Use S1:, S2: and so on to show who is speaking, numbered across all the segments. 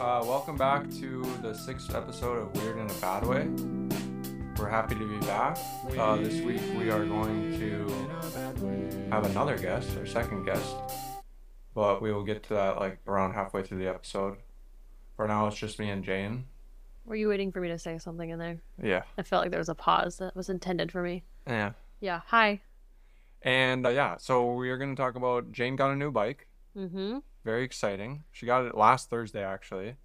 S1: uh, welcome back to the sixth episode of Weird in a Bad Way. We're happy to be back. Uh, this week we are going to have another guest, our second guest, but we will get to that like around halfway through the episode. For now, it's just me and Jane.
S2: Were you waiting for me to say something in there?
S1: Yeah.
S2: I felt like there was a pause that was intended for me.
S1: Yeah.
S2: Yeah. Hi.
S1: And uh, yeah, so we are going to talk about Jane got a new bike.
S2: Mm-hmm.
S1: Very exciting. She got it last Thursday actually.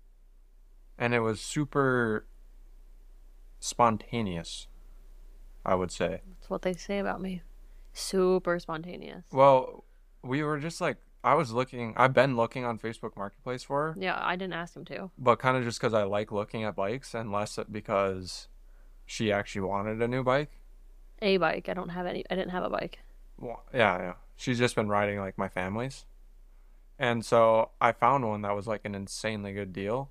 S1: And it was super spontaneous, I would say.
S2: That's what they say about me. Super spontaneous.
S1: Well, we were just like I was looking I've been looking on Facebook Marketplace for her,
S2: Yeah, I didn't ask him to.
S1: but kind of just cuz I like looking at bikes and less it- because she actually wanted a new bike.
S2: A bike. I don't have any. I didn't have a bike.
S1: Well, yeah, yeah. She's just been riding like my family's. And so I found one that was like an insanely good deal.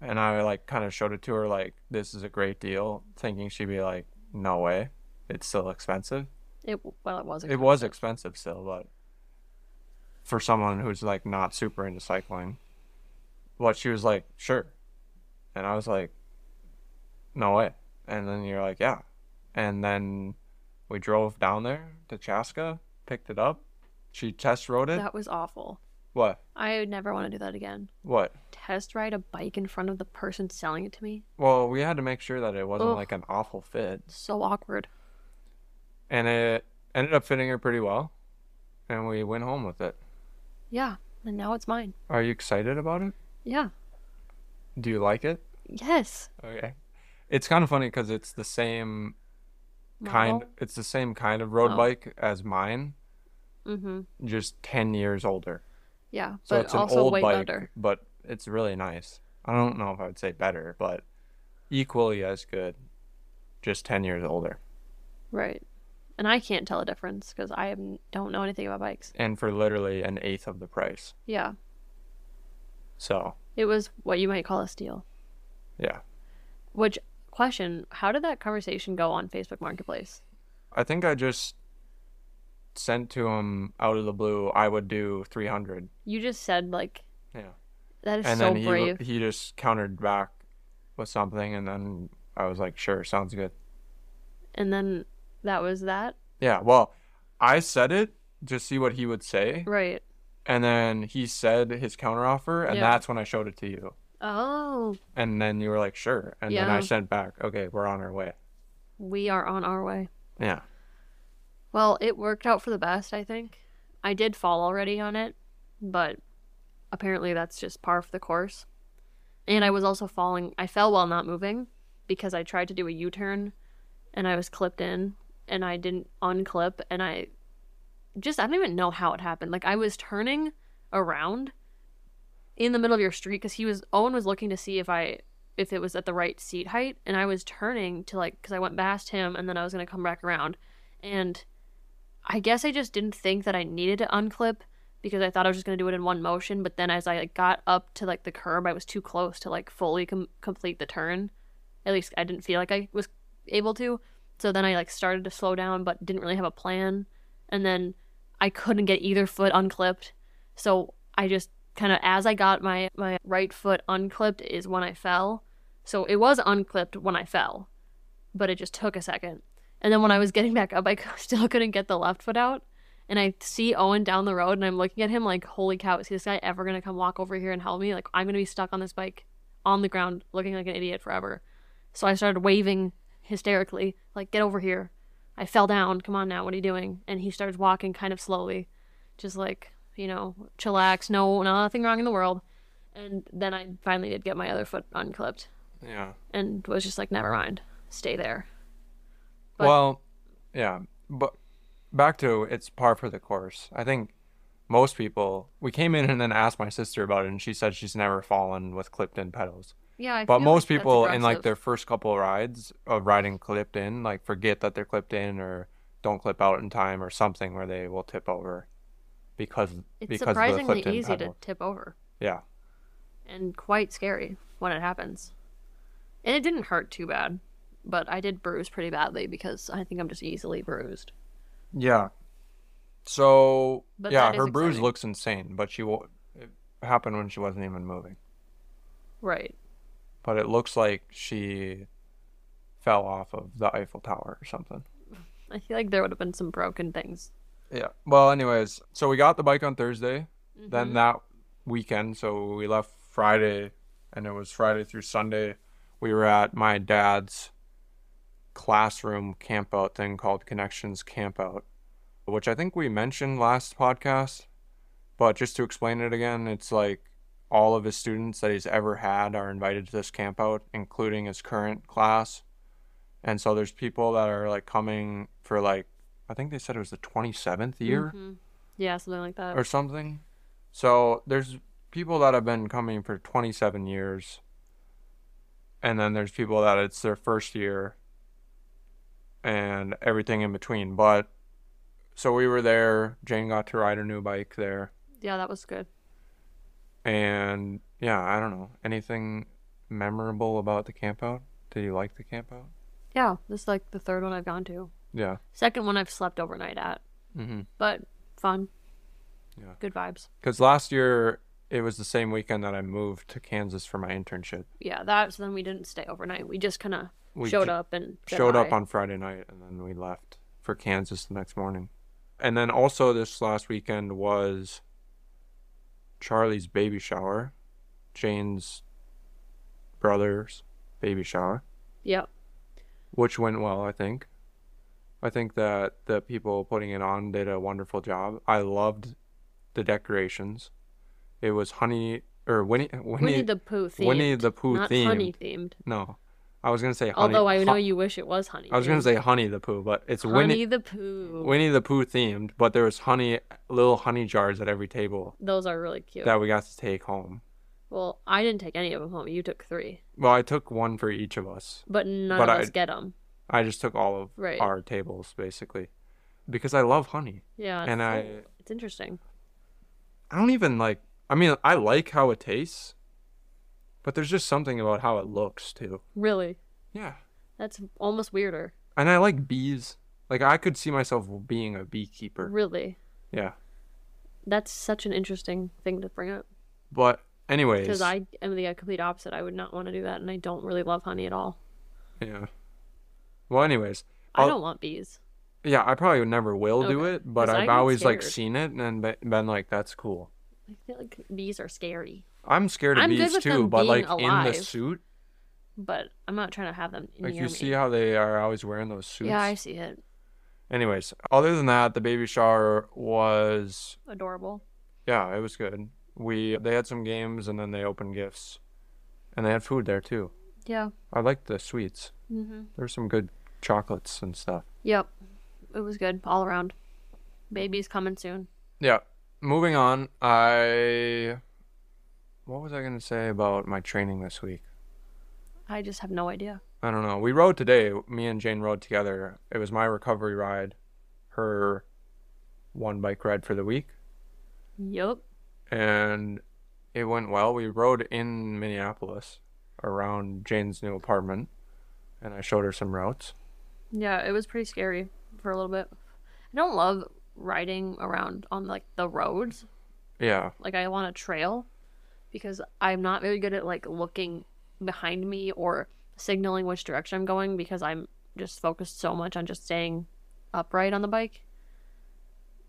S1: And I like kind of showed it to her like this is a great deal, thinking she'd be like no way. It's still expensive.
S2: It well, it was.
S1: It was expensive still, but for someone who's like not super into cycling, but she was like, sure. And I was like, no way. And then you're like, yeah. And then we drove down there to Chaska, picked it up. She test rode it.
S2: That was awful.
S1: What?
S2: I would never want to do that again.
S1: What?
S2: Test ride a bike in front of the person selling it to me.
S1: Well, we had to make sure that it wasn't
S2: Ugh.
S1: like an awful fit.
S2: So awkward.
S1: And it ended up fitting her pretty well. And we went home with it.
S2: Yeah. And now it's mine.
S1: Are you excited about it?
S2: Yeah.
S1: Do you like it?
S2: Yes.
S1: Okay. It's kind of funny because it's the same kind. It's the same kind of road
S2: Oh.
S1: bike as mine,
S2: Mm-hmm.
S1: just ten years older.
S2: Yeah.
S1: So
S2: but
S1: it's an
S2: also
S1: old
S2: way
S1: bike,
S2: better.
S1: but it's really nice. I don't know if I would say better, but equally as good, just ten years older.
S2: Right. And I can't tell a difference because I am, don't know anything about bikes.
S1: And for literally an eighth of the price.
S2: Yeah.
S1: So
S2: It was what you might call a steal.
S1: yeah,
S2: Which question? How did that conversation go on Facebook Marketplace?
S1: I think I just sent to him out of the blue. I would do three hundred.
S2: You just said like
S1: Yeah.
S2: that is
S1: and
S2: so
S1: then he
S2: brave.
S1: he just countered back with something, and then I was like, "Sure, sounds good."
S2: And then that was that.
S1: Yeah, well, I said it to see what he would say,
S2: Right.
S1: and then he said his counteroffer, and
S2: Yeah.
S1: that's when I showed it to you,
S2: Oh,
S1: and then you were like, "Sure," and then I
S2: Yeah.
S1: sent back, "Okay, we're on our way."
S2: we are on our way.
S1: Yeah,
S2: Well, it worked out for the best, I think. I did fall already on it, but apparently that's just par for the course. And I was also falling. I fell while not moving because I tried to do a U turn and I was clipped in and I didn't unclip and I just, I don't even know how it happened. Like, I was turning around in the middle of your street because he was, Owen was looking to see if I, if it was at the right seat height and I was turning to like, because I went past him and then I was going to come back around. And I guess I just didn't think that I needed to unclip because I thought I was just gonna do it in one motion. But then as I like got up to like the curb, I was too close to like fully com- complete the turn. At least I didn't feel like I was able to. So then I like started to slow down, but didn't really have a plan. And then I couldn't get either foot unclipped. So I just kind of as I got my my right foot unclipped is when I fell. So it was unclipped when I fell, but it just took a second. And then when I was getting back up, I c- still couldn't get the left foot out. And I see Owen down the road, and I'm looking at him like, holy cow, is this guy ever going to come walk over here and help me? Like, I'm going to be stuck on this bike on the ground looking like an idiot forever. So I started waving hysterically, like, get over here. I fell down. Come on now. What are you doing? And he starts walking kind of slowly, just like, you know, chillax. No, nothing wrong in the world. And then I finally did get my other foot unclipped
S1: yeah.
S2: and was just like, never mind. Stay there. But-
S1: well, yeah, but back to it's par for the course. I think most people. We came in and then asked my sister about it, and she said she's never fallen with clipped-in pedals.
S2: Yeah. I
S1: But
S2: feel
S1: most
S2: like that's
S1: people in like
S2: aggressive.
S1: their first couple of rides of riding clipped in, like forget that they're clipped in or don't clip out in time or something where they will tip over because
S2: It's
S1: because of the
S2: surprisingly
S1: clipped in
S2: easy to
S1: pedal.
S2: tip over
S1: Yeah.
S2: and quite scary when it happens. And it didn't hurt too bad, but I did bruise pretty badly because I think I'm just easily bruised.
S1: Yeah. So
S2: But
S1: yeah,
S2: that is
S1: her bruise
S2: exciting.
S1: looks insane, but she will it happened when she wasn't even moving.
S2: Right.
S1: but it looks like she fell off of the Eiffel Tower or something.
S2: I feel like there would have been some broken things.
S1: Yeah. Well, anyways, so we got the bike on Thursday.
S2: Mhm.
S1: Then that weekend, so we left Friday, and it was Friday through Sunday. We were at my dad's classroom campout thing called Connections Campout, which I think we mentioned last podcast. But just to explain it again, it's like all of his students that he's ever had are invited to this campout, including his current class. And so there's people that are like coming for like, I think they said it was the 27th year
S2: Mhm. Yeah, something like that.
S1: or something. So there's people that have been coming for 27 years, and then there's people that it's their first year, and everything in between. But so we were there. Jane got to ride her new bike there,
S2: yeah, that was good.
S1: and yeah, I don't know anything memorable about the campout. Did you like the campout?
S2: Yeah, this is like the third one I've gone to.
S1: Yeah.
S2: Second one I've slept overnight at,
S1: Mm-hmm.
S2: but fun.
S1: Yeah.
S2: Good vibes.
S1: Because last year it was the same weekend that I moved to Kansas for my internship.
S2: Yeah, that. So then we didn't stay overnight. We just kind of
S1: We
S2: showed
S1: ju-
S2: up and said
S1: showed up
S2: hi.
S1: on Friday night and then we left for Kansas the next morning. And then also this last weekend was Charlie's baby shower, Jane's brother's baby shower,
S2: Yep.
S1: which went well, I think. I think that the people putting it on did a wonderful job. I loved the decorations. It was honey or Winnie Winnie,
S2: Winnie the Pooh themed.
S1: Winnie the Pooh
S2: not
S1: themed.
S2: honey themed.
S1: No. I was going to say honey.
S2: Although I
S1: hu-
S2: know you wish it was honey.
S1: I was going to
S2: themed.
S1: say honey the Pooh, but it's
S2: honey
S1: Winnie
S2: the Pooh.
S1: Winnie the Pooh themed, but there was honey, little honey jars at every table
S2: Those are really cute.
S1: that we got to take home.
S2: Well, I didn't take any of them home. You took three,
S1: Well, I took one for each of us.
S2: but none
S1: But
S2: of
S1: I-
S2: us get them.
S1: I just took all of
S2: Right.
S1: our tables basically because I love honey.
S2: Yeah.
S1: And
S2: it's-
S1: I-
S2: It's interesting.
S1: I don't even like. I mean, I like how it tastes, but there's just something about how it looks too.
S2: Really.
S1: Yeah,
S2: That's almost weirder.
S1: and I like bees. Like I could see myself being a beekeeper.
S2: Really.
S1: Yeah,
S2: That's such an interesting thing to bring up
S1: but anyways,
S2: because I am the complete opposite. I would not want to do that, and I don't really love honey at all.
S1: yeah. Well, anyways,
S2: I
S1: I'll-
S2: don't want bees.
S1: Yeah, I probably would never will do
S2: Okay.
S1: it, but
S2: 'Cause I
S1: I've
S2: get
S1: always like
S2: scared.
S1: seen it and be- been like, "That's cool."
S2: I feel like bees are scary,
S1: I'm scared of
S2: I'm good
S1: bees
S2: with
S1: too,
S2: them
S1: but like
S2: being
S1: in the
S2: alive,
S1: suit,
S2: but I'm not trying to have them
S1: like
S2: near
S1: you
S2: me.
S1: see how they are always wearing those suits.
S2: yeah, I see it.
S1: Anyways, other than that, the baby shower was
S2: Adorable.
S1: yeah, it was good. We they had some games and then they opened gifts, and they had food there too.
S2: Yeah.
S1: I liked the sweets.
S2: Mm-hmm.
S1: There were some good chocolates and stuff.
S2: Yep. It was good all around. Baby's coming soon.
S1: Yeah. Moving on, I what was I gonna say about my training this week?
S2: I just have no idea.
S1: I don't know. We rode today. Me and Jane rode together. It was my recovery ride, her one bike ride for the week,
S2: Yep.
S1: and it went well. We rode in Minneapolis around Jane's new apartment, and I showed her some routes.
S2: Yeah, it was pretty scary for a little bit. I don't love riding around on like the roads.
S1: Yeah,
S2: Like I want a trail because I'm not very good at like looking behind me or signaling which direction I'm going because I'm just focused so much on just staying upright on the bike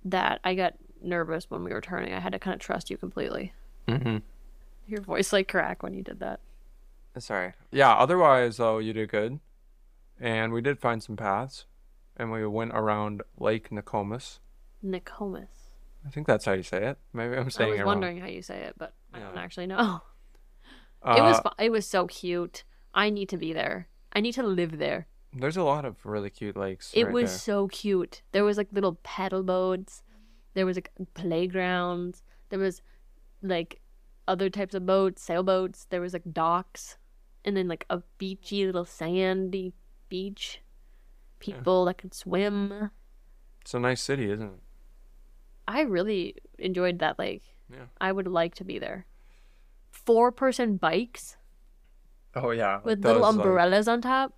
S2: that I got nervous when we were turning. I had to kind of trust you completely.
S1: mm-hmm.
S2: Your voice like cracked when you did that.
S1: sorry. Yeah. Otherwise, though, you did good, and we did find some paths, and we went around Lake Nokomis.
S2: Nicomas.
S1: I think that's how you say it. Maybe I'm
S2: I
S1: saying
S2: was
S1: it
S2: wondering how you say it, but I don't
S1: Yeah.
S2: actually know.
S1: wrong.
S2: it was
S1: Uh,
S2: fu- it was so cute. I need to be there. I need to live there.
S1: There's a lot of really cute lakes.
S2: It
S1: right
S2: was
S1: there.
S2: so cute. There was like little paddle boats. There was like playgrounds. There was like other types of boats, sailboats. There was like docks, and then like a beachy little sandy beach. People that could swim.
S1: It's a nice city, isn't it?
S2: I really enjoyed that lake.
S1: Yeah.
S2: I would like to be there. Four person bikes
S1: Oh yeah,
S2: with little umbrellas on top.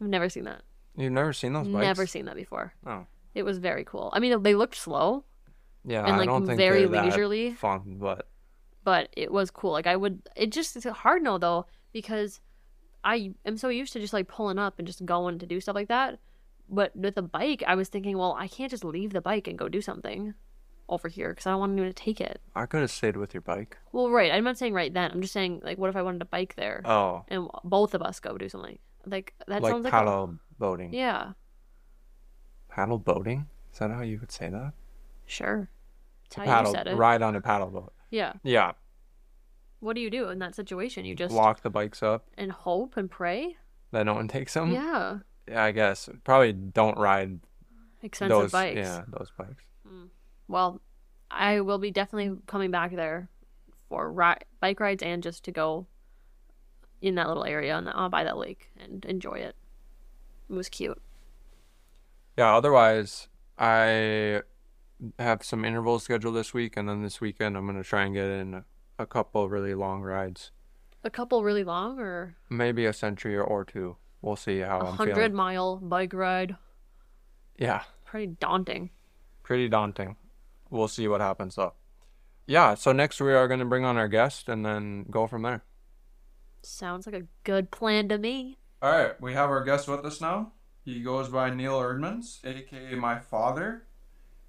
S2: I've never seen that.
S1: you've never seen those bikes?
S2: Never seen that before.
S1: Oh,
S2: It was very cool. I mean, they looked slow,
S1: yeah.
S2: And,
S1: I
S2: like,
S1: don't think
S2: very
S1: they're that
S2: leisurely.
S1: fun, but
S2: but it was cool. Like I would, it just it's hard no though because I am so used to just like pulling up and just going to do stuff like that. But with a bike, I was thinking, well, I can't just leave the bike and go do something over here because I don't want anyone to take it.
S1: I could have stayed with your bike.
S2: Well, right. I'm not saying right then. I'm just saying like, what if I wanted to bike there
S1: Oh,
S2: and both of us go do something like that?
S1: like
S2: sounds like a-
S1: paddle boating.
S2: yeah,
S1: Paddle boating? Is that how you would say that?
S2: sure. That's how you
S1: paddle
S2: said it.
S1: ride on a paddle boat.
S2: Yeah.
S1: Yeah,
S2: What do you do in that situation? You just
S1: lock the bikes up.
S2: and hope and pray.
S1: That no one takes them.
S2: yeah.
S1: Yeah, I guess probably don't ride
S2: Expensive
S1: those.
S2: bikes.
S1: Yeah, those bikes.
S2: Well, I will be definitely coming back there for ri- bike rides and just to go in that little area and uh, by that lake and enjoy it. It was cute.
S1: Yeah. Otherwise, I have some intervals scheduled this week, and then this weekend I'm gonna try and get in a couple really long rides,
S2: A couple really long or
S1: maybe a century or, or two. We'll see how
S2: a
S1: Oh, I'm
S2: hundred
S1: feeling.
S2: mile bike ride.
S1: Yeah,
S2: Pretty daunting.
S1: pretty daunting. We'll see what happens though. Yeah. So next we are gonna bring on our guest and then go from there.
S2: Sounds like a good plan to me.
S1: All right, we have our guest with us now. He goes by Neil Erdmans, aka my father,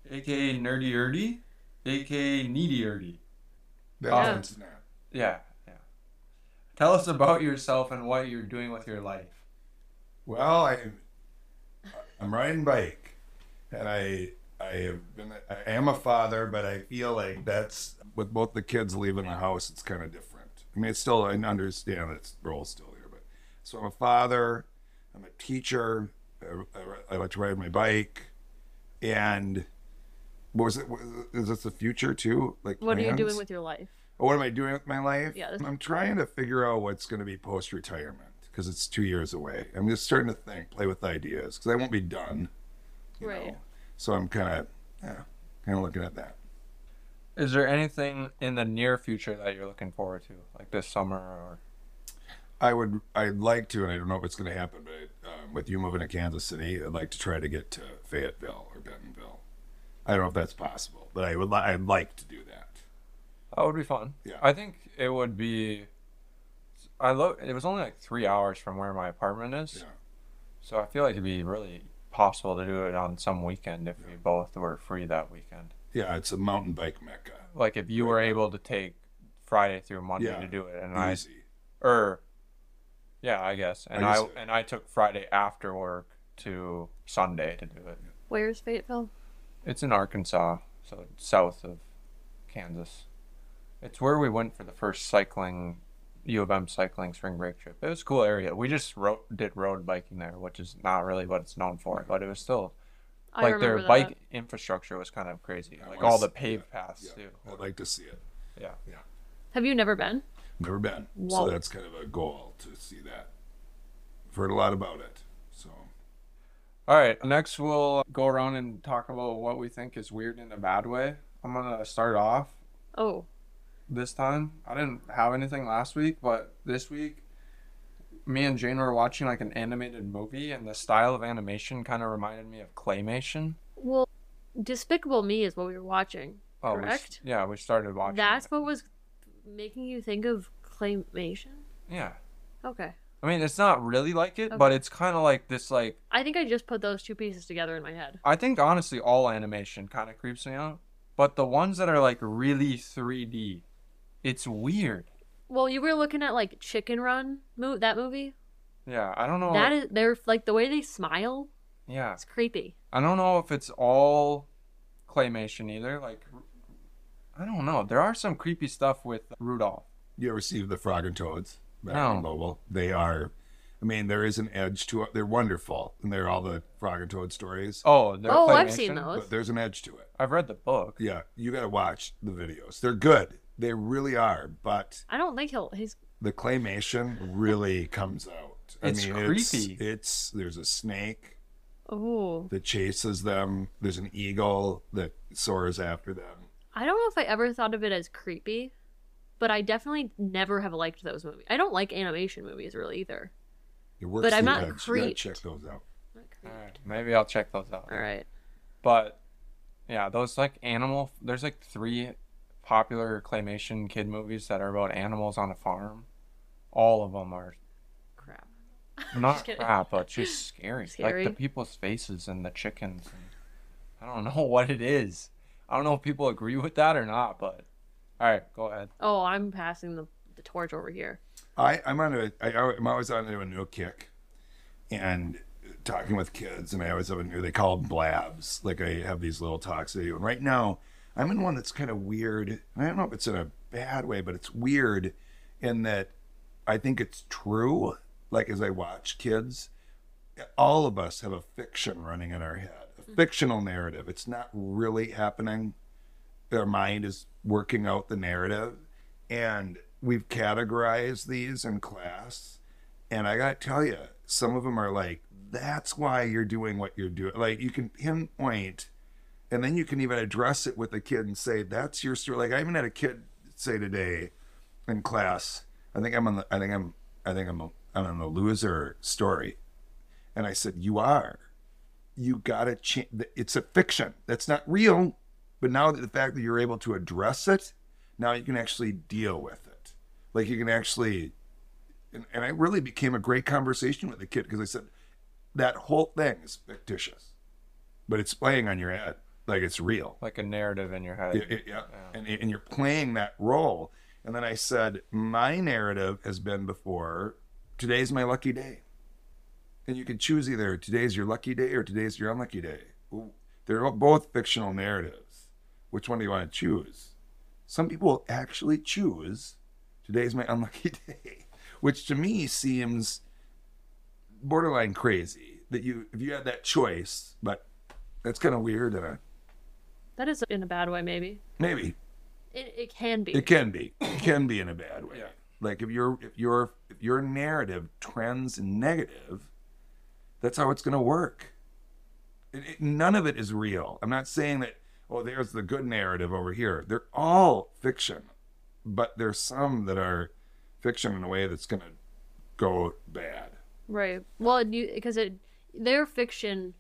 S1: aka Nerdy Erdy, aka Needy Erdy.
S3: The
S1: Yeah.
S3: offensive now.
S1: Yeah, yeah. Tell us about yourself and what you're doing with your life.
S3: Well, I, I'm riding bike, and I I have been I am a father, but I feel like that's with both the kids leaving the house, it's kind of different. I mean, it's still I understand its role still here, but so I'm a father, I'm a teacher, I, I, I like to ride my bike, and what was it? Was, is this the future too? Like
S2: What are you doing
S3: plans?
S2: with your life?
S3: Oh, what am I doing with my life?
S2: Yeah, this-
S3: I'm trying to figure out what's going to be post retirement because it's two years away. I'm just starting to think, play with ideas because I won't be done. you
S2: Right.
S3: know. So I'm kind of, yeah, kind of looking at that.
S1: Is there anything in the near future that you're looking forward to, like this summer or?
S3: I would, I'd like to, and I don't know if it's going to happen, but um, with you moving to Kansas City, I'd like to try to get to Fayetteville or Bentonville. I don't know if that's possible, but I would, li- I'd like to do that.
S1: That would Oh, be fun.
S3: Yeah.
S1: I think it would be. I love. It was only like three hours from where my apartment is.
S3: Yeah.
S1: So I feel like it'd be really possible to do it on some weekend if we both were free that weekend.
S3: Yeah, it's a mountain bike mecca.
S1: Like if you were able to take Friday through Monday
S3: Yeah.
S1: to do it, and
S3: Easy.
S1: I or yeah, I guess, and
S3: I
S1: I,
S3: guess-
S1: and I took Friday after work to Sunday to do it.
S2: Where's Fayetteville?
S1: It's in Arkansas, so it's south of Kansas. It's where we went for the first cycling U of M cycling spring break trip. It was a cool area. We just ro- did road biking there, which is not really what it's known for, but it was still
S2: I
S1: like their
S2: remember that.
S1: bike infrastructure was kind of crazy.
S3: I
S1: Like
S3: wanna
S1: all
S3: s-
S1: the paved paths
S3: Yeah,
S1: too.
S3: I'd like to see it.
S1: Yeah.
S2: Have you never been?
S3: Never been.
S2: Whoa.
S3: So that's kind of a goal to see that. I've heard a lot about it. So
S1: All right. Next, we'll go around and talk about what we think is weird in a bad way. I'm gonna start off
S2: Oh,
S1: this time. I didn't have anything last week, but this week, me and Jane were watching like an animated movie, and the style of animation kind of reminded me of claymation.
S2: well, Despicable Me is what we were watching.
S1: Oh, we s-
S2: Correct.
S1: yeah, we started watching.
S2: That's
S1: it.
S2: what was making you think of claymation.
S1: yeah.
S2: Okay,
S1: I mean, it's not really like it,
S2: Okay.
S1: but it's kind of like this. Like,
S2: I think I just put those two pieces together in my head.
S1: I think honestly, all animation kind of creeps me out, but the ones that are like really 3D, it's weird.
S2: Well, you were looking at like Chicken Run, mo- that movie.
S1: Yeah, I don't know.
S2: That is, they're like the way they smile.
S1: Oh. yeah,
S2: It's creepy.
S1: I don't know if it's all claymation either. Like, I don't know. There are some creepy stuff with Rudolph.
S3: you ever see the Frog and Toads? Back
S1: No.
S3: in Mobile? They are. I mean, there is an edge to it. They're wonderful, and they're all the Frog and Toad stories.
S1: Oh, they're
S2: Oh, I've seen
S1: claymation?
S2: those.
S3: But there's an edge to it.
S1: I've read the book.
S3: Yeah, you got to watch the videos. They're good. They really are. But
S2: I don't think he'll. He's
S3: the claymation really comes out. I
S1: It's
S3: mean, It's,
S1: creepy.
S3: it's there's a snake
S2: oh,
S3: that chases them. There's an eagle that soars after them.
S2: I don't know if I ever thought of it as creepy, but I definitely never have liked those movies. I don't like animation movies really either.
S3: It works
S2: But I'm
S3: the
S2: not
S3: edge. You gotta
S2: creeped.
S3: Check those out.
S2: Not creepy.
S1: All right, maybe I'll check those out.
S2: All right.
S1: But yeah, those like animal. There's like three popular claymation kid movies that are about animals on a farm, all of them are
S2: Crap.
S1: not
S2: kidding.
S1: crap, but just scary.
S2: Scary.
S1: Like the people's faces and the chickens. And I don't know what it is. I don't know if people agree with that or not, but all right, go ahead.
S2: Oh, I'm passing the, the torch over here.
S3: I, I'm on a, I, I'm always on a new kick, and talking with kids, and I always have a new. They call them blabs. Like I have these little talks they do. And right now, I'm in one that's kind of weird. and I don't know if it's in a bad way, but it's weird in that I think it's true. Like as I watch kids, all of us have a fiction running in our head,
S2: Mm-hmm.
S3: a fictional narrative. It's not really happening. Their mind is working out the narrative, and we've categorized these in class. And I gotta tell you, some of them are like, "That's why you're doing what you're doing." Like you can pinpoint, and then you can even address it with a kid and say, "That's your story." Like I even had a kid say today in class, "I think I'm on the, I think I'm, I think I'm, I'm on the loser story," and I said, "You are." you gotta change. It's a fiction that's not real, but now that the fact that you're able to address it, now you can actually deal with it. Like you can actually, and, and I really became a great conversation with the kid because I said that whole thing is fictitious, but it's playing on your head like it's real.
S1: Like a narrative in your head.
S3: Yeah, yeah, yeah. And, and you're playing that role. And then I said, my narrative has been before today's my lucky day. And you can choose either today's your lucky day or today's your unlucky day. Ooh, They're both fictional narratives. Which one do you want to choose? Some people actually choose today's my unlucky day, which to me seems borderline crazy that you if you had that choice, but that's kind of weird and I,
S2: That is in a bad way, maybe.
S3: maybe
S2: It, it can be.
S3: It can be. It can be in a bad way. Like if your if your if your narrative trends negative, that's how it's going to work. It, it- none of it is real. I'm not saying that. Oh, there's the good narrative over here. They're all fiction, but there's some that are fiction in a way that's going to go bad.
S2: Right. Well, and you because it their fiction,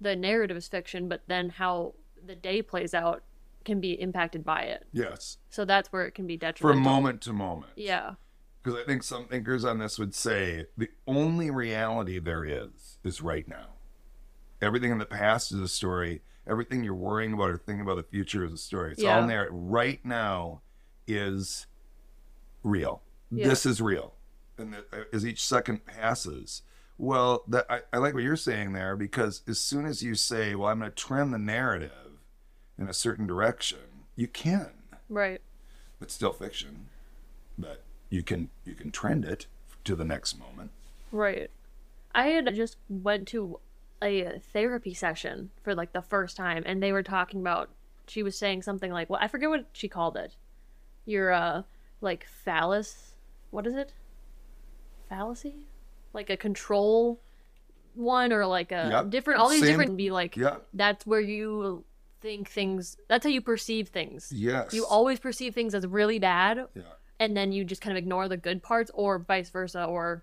S2: the narrative is fiction, but then how the day plays out can be impacted by it.
S3: Yes,
S2: So that's where it can be
S3: from
S2: detrimental.
S3: moment to moment.
S2: Yeah.
S3: because I think some thinkers on this would say the only reality there is is right now. Everything in the past is a story. Everything you're worrying about or thinking about the future is a story. It's all
S2: Yeah.
S3: there. Right now is real.
S2: Yeah.
S3: This is real. And that- uh, as each second passes, well, that I, I like what you're saying there because as soon as you say, "Well, I'm going to trend the narrative in a certain direction," you can
S2: Right.
S3: it's still fiction but you can you can trend it to the next moment
S2: Right. I had just went to a therapy session for like the first time and they were talking about she was saying something like, well, I forget what she called it. Your uh like phallus, what is it? Fallacy? Like a control one or like a
S3: Yep.
S2: different all these
S3: Same-
S2: different be like
S3: yeah
S2: that's where you think things that's how you perceive things.
S3: yes
S2: You always perceive things as really bad
S3: yeah
S2: and then you just kind of ignore the good parts or vice versa or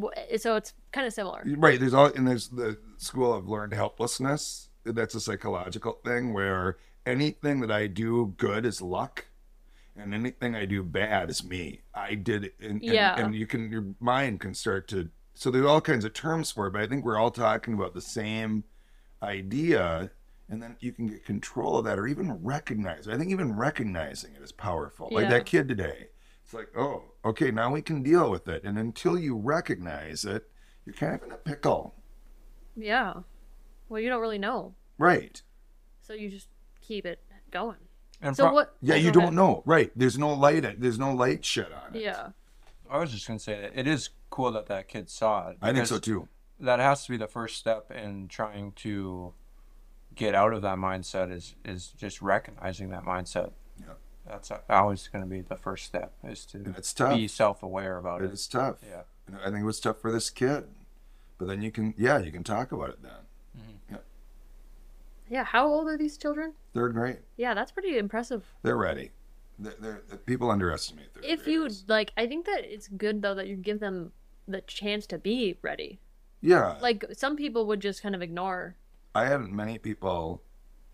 S2: wh- so it's kind of similar
S3: right there's all and there's the school of learned helplessness that's a psychological thing where anything that i do good is luck and anything i do bad is me i did it and, and-
S2: Yeah.
S3: and you can your mind can start to so there's all kinds of terms for it but i think we're all talking about the same idea and then you can get control of that or even recognize it. I think even recognizing it is powerful. Like
S2: Yeah.
S3: that kid today. It's like, oh, okay, now we can deal with it. And until you recognize it, you're kind of in a pickle.
S2: yeah well you don't really know
S3: Right.
S2: so you just keep it going
S1: And
S2: so
S1: pro-
S2: what
S3: Yeah,
S2: oh,
S3: you
S2: go
S3: don't
S2: ahead.
S3: know. Right. There's no light there's no light shed on it.
S2: yeah
S1: I was just gonna say that it is cool that that kid saw it.
S3: I think
S1: because
S3: so too.
S1: That has to be the first step in trying to get out of that mindset. Is is just recognizing that mindset.
S3: Yeah.
S1: That's always going to be the first step. Is to
S3: And it's tough.
S1: be self-aware about it.
S3: It's tough.
S1: Yeah.
S3: And I think it was tough for this kid. But then you can yeah, you can talk about it then.
S2: yeah how old are these children
S3: Third grade.
S2: yeah that's pretty impressive
S3: They're ready. They're, they're, people underestimate third
S2: if you
S3: graders.
S2: like i think that it's good though that you give them the chance to be ready
S3: Yeah.
S2: like some people would just kind of ignore
S3: I had many people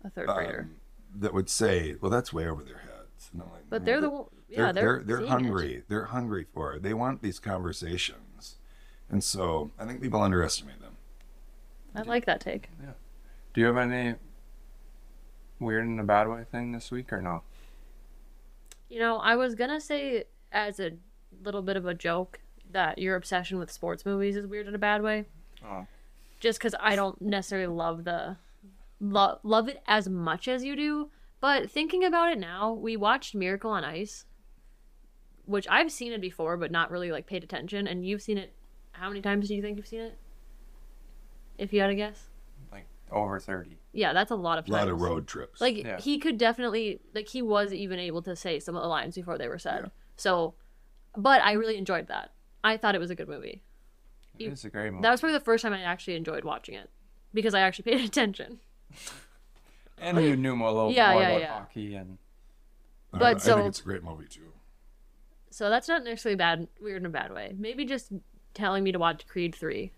S2: a third
S3: um,
S2: grader
S3: that would say, "Well, that's way over their heads." kids, and I'm like,
S2: But
S3: "No,
S2: they're the one. Yeah,
S3: they're they're, they're
S2: seeing it.
S3: hungry. They're hungry for it. They want these conversations, and so I think people underestimate them.
S2: I like that take.
S1: Do you have any weird in a bad way thing this week or no?
S2: You know, I was gonna say as a little bit of a joke that your obsession with sports movies is weird in a bad way.
S1: Oh.
S2: Just because I don't necessarily love the lo- love it as much as you do. But thinking about it now, we watched Miracle on Ice, which I've seen it before, but not really like paid attention. And you've seen it. How many times do you think you've seen it? If you had to guess,
S1: Like over 30.
S2: yeah, that's a lot of
S3: A
S2: times.
S3: lot of road trips.
S2: Like
S1: Yeah.
S2: he could definitely like he was even able to say some of the lines before they were said.
S3: Yeah.
S2: So but I really enjoyed that. I thought it was a good movie. You-
S1: It's a great movie.
S2: That was probably the first time I actually enjoyed watching it because I actually paid attention.
S1: and you knew more, a little
S2: Yeah,
S1: more
S2: yeah,
S1: about
S2: yeah.
S1: hockey and
S3: I-
S2: but
S3: Uh, I
S2: so-
S3: think it's a great movie too.
S2: So that's not necessarily bad weird in a bad way. Maybe just telling me to watch Creed 3.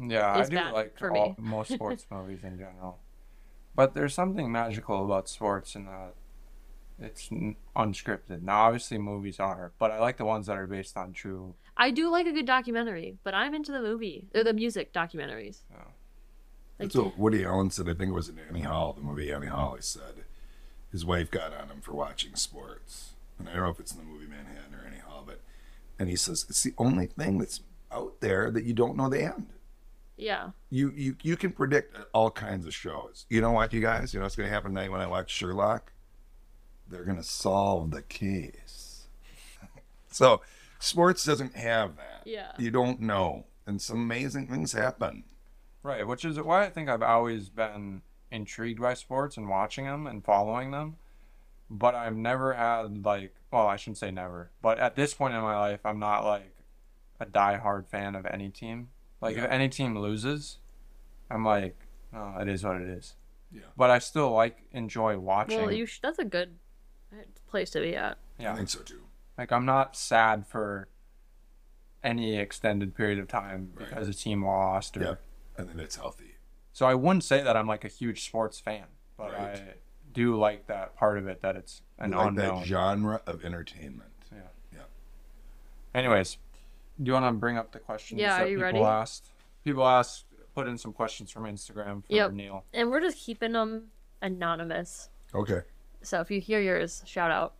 S1: yeah,
S2: It's
S1: I do
S2: bad
S1: like
S2: for
S1: all,
S2: me.
S1: most sports movies in general. But there's something magical about sports and that it's n- unscripted. Now, obviously, movies are, but I like the ones that are based on true.
S2: I do like a good documentary, but I'm into the movie or the music documentaries. Like-
S3: That's what Woody Allen said. I think it was in Annie Hall, the movie Annie Hall. He said his wife got on him for watching sports, and I don't know if it's in the movie Manhattan or Annie Hall, but and he says it's the only thing that's out there that you don't know the end.
S2: Yeah.
S3: you you you can predict all kinds of shows. You know what, you guys? You know what's going to happen tonight when I watch Sherlock? They're going to solve the case. so, sports doesn't have that.
S2: Yeah.
S3: You don't know, and some amazing things happen.
S1: Right, which is why I think I've always been intrigued by sports and watching them and following them. But I've never had, like, well, I shouldn't say never, but at this point in my life, I'm not like a diehard fan of any team. Like,
S3: Yeah.
S1: if any team loses, I'm like, oh, it is what it is.
S3: Yeah.
S1: But I still like enjoy watching.
S2: Well, you sh- that's a good uh, place to be at.
S3: I
S1: yeah.
S3: think so too.
S1: Like, I'm not sad for any extended period of time
S3: Right.
S1: because a team lost or
S3: Yeah. And then it's healthy.
S1: So I wouldn't say that I'm like a huge sports fan, but
S3: Right.
S1: I do like that part of it that it's an
S3: You like
S1: unknown.
S3: that genre of entertainment.
S1: Anyways, do you want to bring up the questions
S2: Yeah,
S1: that
S2: are you
S1: people
S2: ready?
S1: asked? People asked, put in some questions from Instagram for
S2: Yep.
S1: Neil.
S2: And we're just keeping them anonymous.
S3: Okay.
S2: So if you hear yours, shout out.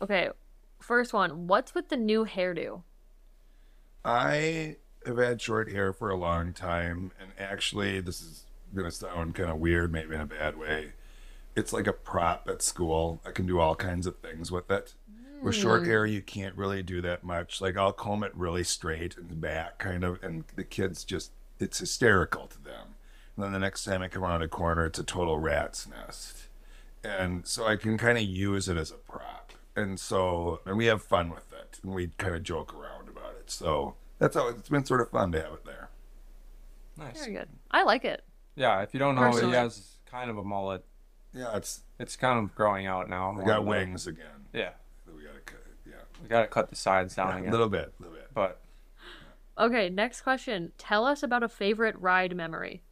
S2: Okay, first one. What's with the new hairdo?
S3: I have had short hair for a long time, and actually, this is gonna sound kind of weird, maybe in a bad way. It's like a prop at school. I can do all kinds of things with it. With short hair, you can't really do that much. Like I'll comb it really straight and back, kind of, and the kids just—it's hysterical to them. And then the next time I come around a corner, it's a total rat's nest and so I can kind of use it as a prop. And so, and we have fun with it, and we kind of joke around about it. So that's how it's been sort of fun to have it there.
S1: Nice.
S2: Very good. I like it.
S1: Yeah, if you don't know,
S2: Personally-
S1: he has kind of a mullet.
S3: Yeah, it's
S1: It's kind of growing out now.
S3: we
S1: more,
S3: got
S1: but-
S3: wings again.
S1: Yeah,
S3: that We got to cut. Yeah,
S1: we gotta cut the sides down
S3: a
S1: again.
S3: little bit, a little bit.
S1: But
S2: Okay, next question. Tell us about a favorite ride memory.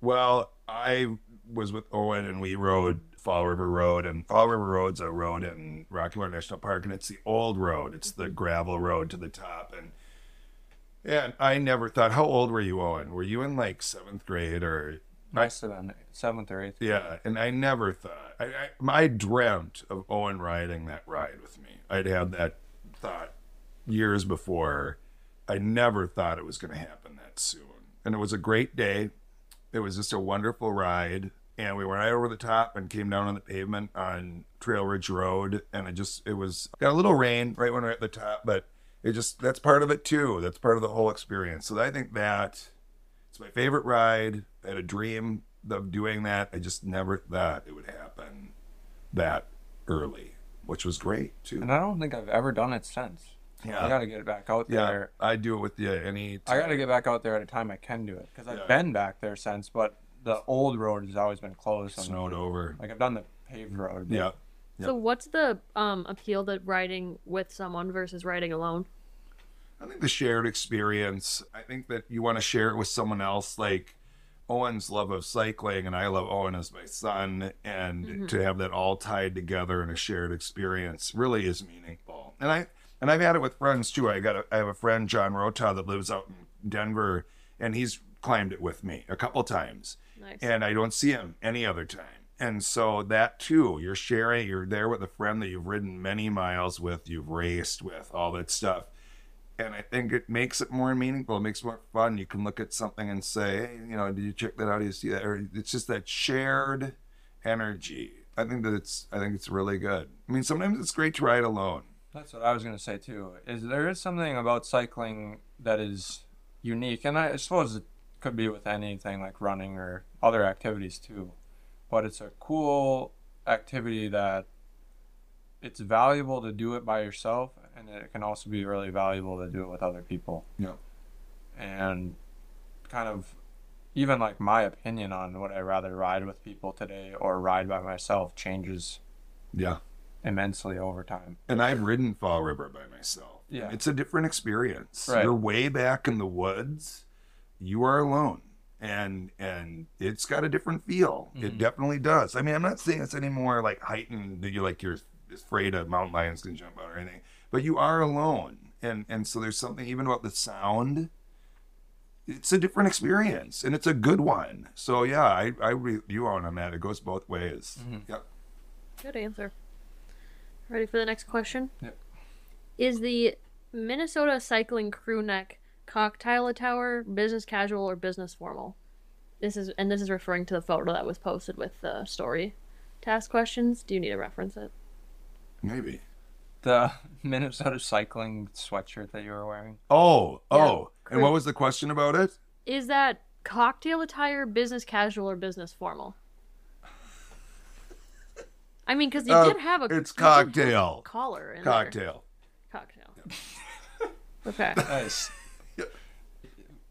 S3: Well, I was with Owen and we rode Fall River Road, and Fall River Road's a road in Rocky Mountain National Park, and it's the old road. It's the gravel road to the top, and yeah, I never thought. How old were you, Owen? Were you in like seventh grade or?
S1: nicer than seventh or eighth.
S3: Yeah, and I never thought. I, I I dreamt of Owen riding that ride with me. I'd had that thought years before. I never thought it was going to happen that soon. And it was a great day. It was just a wonderful ride. And we went right over the top and came down on the pavement on Trail Ridge Road. And it just, it was, got a little rain right when we were at the top, but it just, that's part of it too. That's part of the whole experience. So I think that it's my favorite ride. I had a dream of doing that. I just never thought it would happen that early, which was great too.
S1: And I don't think I've ever done it since. I gotta get it back out
S3: Yeah,
S1: there.
S3: I do it with you any.
S1: I got to get back out there at a time I can do it because I've
S3: Yeah.
S1: been back there since, but the old road has always been closed.
S3: time.
S1: and-
S3: snowed over.
S1: Like I've done the paved road. but
S3: Yeah,
S2: So what's the um appeal that riding with someone versus riding alone?
S3: I think the shared experience. I think that you want to share it with someone else. Like Owen's love of cycling and I love Owen as my son. And
S2: Mhm.
S3: to have that all tied together in a shared experience really is meaningful. And I and I've had it with friends too. I got a, I have a friend John Rota that lives out in Denver, and he's climbed it with me a couple times
S2: Nice.
S3: and I don't see him any other time. And so that too, you're sharing, you're there with a friend that you've ridden many miles with, you've raced with, all that stuff. And I think it makes it more meaningful, it makes it more fun. You can look at something and say, hey, you know, did you check that out? Do you see that? Or it's just that shared energy. I think that it's, I think it's really good. I mean, sometimes it's great to ride alone.
S1: That's what I was gonna say too. Is there is something about cycling that is unique, and I suppose it could be with anything like running or other activities too. But it's a cool activity that it's valuable to do it by yourself, and it can also be really valuable to do it with other people.
S3: Yeah.
S1: And kind of even like my opinion on would I rather ride with people today or ride by myself changes
S3: Yeah.
S1: immensely over time.
S3: and I've ridden Fall River by myself.
S1: Yeah.
S3: It's a different experience.
S1: Right.
S3: You're way back in the woods. You are alone. And and it's got a different feel. It
S1: Mhm.
S3: definitely does. I mean, I'm not saying it's any more like heightened that you like you're afraid of mountain lions can jump out or anything. But you are alone. And and so there's something even about the sound. It's a different experience and it's a good one. So yeah, I I agree with you on that. It goes both ways.
S1: Mhm.
S3: Yep.
S2: Good answer. Ready for the next question?
S1: Yep.
S2: Is the Minnesota Cycling Crew Neck cocktail tower business casual or business formal? This is and this is referring to the photo that was posted with the story task questions. Do you need to reference it?
S3: Maybe.
S1: the Minnesota cycling sweatshirt that you were wearing.
S3: Oh,
S2: Yeah,
S3: oh. And what
S2: great.
S3: was the question about it?
S2: Is that cocktail attire business casual or business formal? I mean, because you
S3: Uh,
S2: did have a
S3: It's
S2: you did have a
S3: cocktail.
S2: collar in there.
S3: Cocktail.
S2: cocktail. okay.
S1: Nice.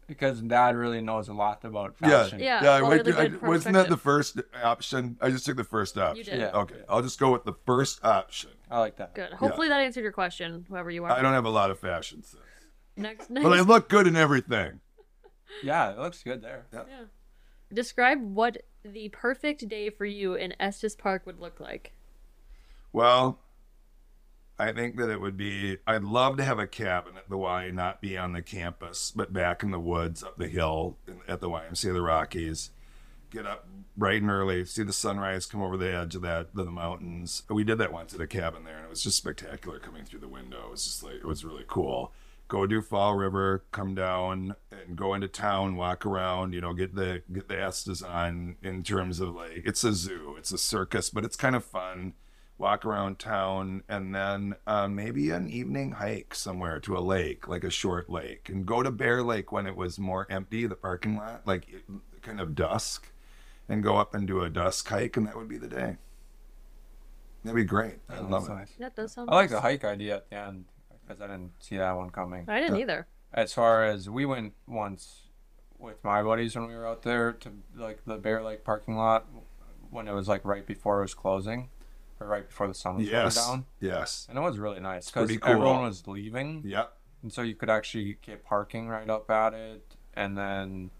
S1: Because Dad really knows a lot about
S3: Yeah.
S1: fashion.
S2: Yeah.
S3: yeah I
S2: well,
S3: went,
S2: they're the
S3: I-
S2: good
S3: wasn't that the first option? I just took the first option.
S2: You did.
S1: Yeah.
S3: Okay. I'll just go with the first option.
S1: I like that.
S2: Good. Hopefully that answered your question, whoever you are.
S3: I don't have a lot of fashion sense,
S2: Next,
S3: but I
S2: next.
S3: look good in everything.
S1: Yeah, it looks good there.
S2: Yeah. Describe what the perfect day for you in Estes Park would look like.
S3: Well, I think that it would be, I'd love to have a cabin at the Y, not be on the campus, but back in the woods up the hill in- at the YMCA of the Rockies. Get up bright and early, see the sunrise come over the edge of that of the mountains. We did that once at a cabin there, and it was just spectacular coming through the window. It was just like it was really cool. Go do Fall River, come down and go into town, walk around. You know, get the get the Estes on in terms of like it's a zoo, it's a circus, but it's kind of fun walk around town and then uh, maybe an evening hike somewhere to a lake like a short lake and go to bear lake when it was more empty the parking lot like it- kind of dusk and go up and do a dusk hike and that would be the day that'd be great i
S1: That
S3: love
S1: looks
S3: it
S1: nice.
S2: That does sound.
S1: I like
S2: nice.
S1: the hike idea at the end because I didn't see that one coming.
S2: I didn't either.
S1: As far as we went once with my buddies when we were out there to like the Bear Lake parking lot when it was like right before it was closing or right before the sun was going
S3: yes
S1: down.
S3: yes
S1: And it was really nice because
S3: pretty cool.
S1: everyone was leaving.
S3: yep
S1: And so you could actually get parking right up at it. And then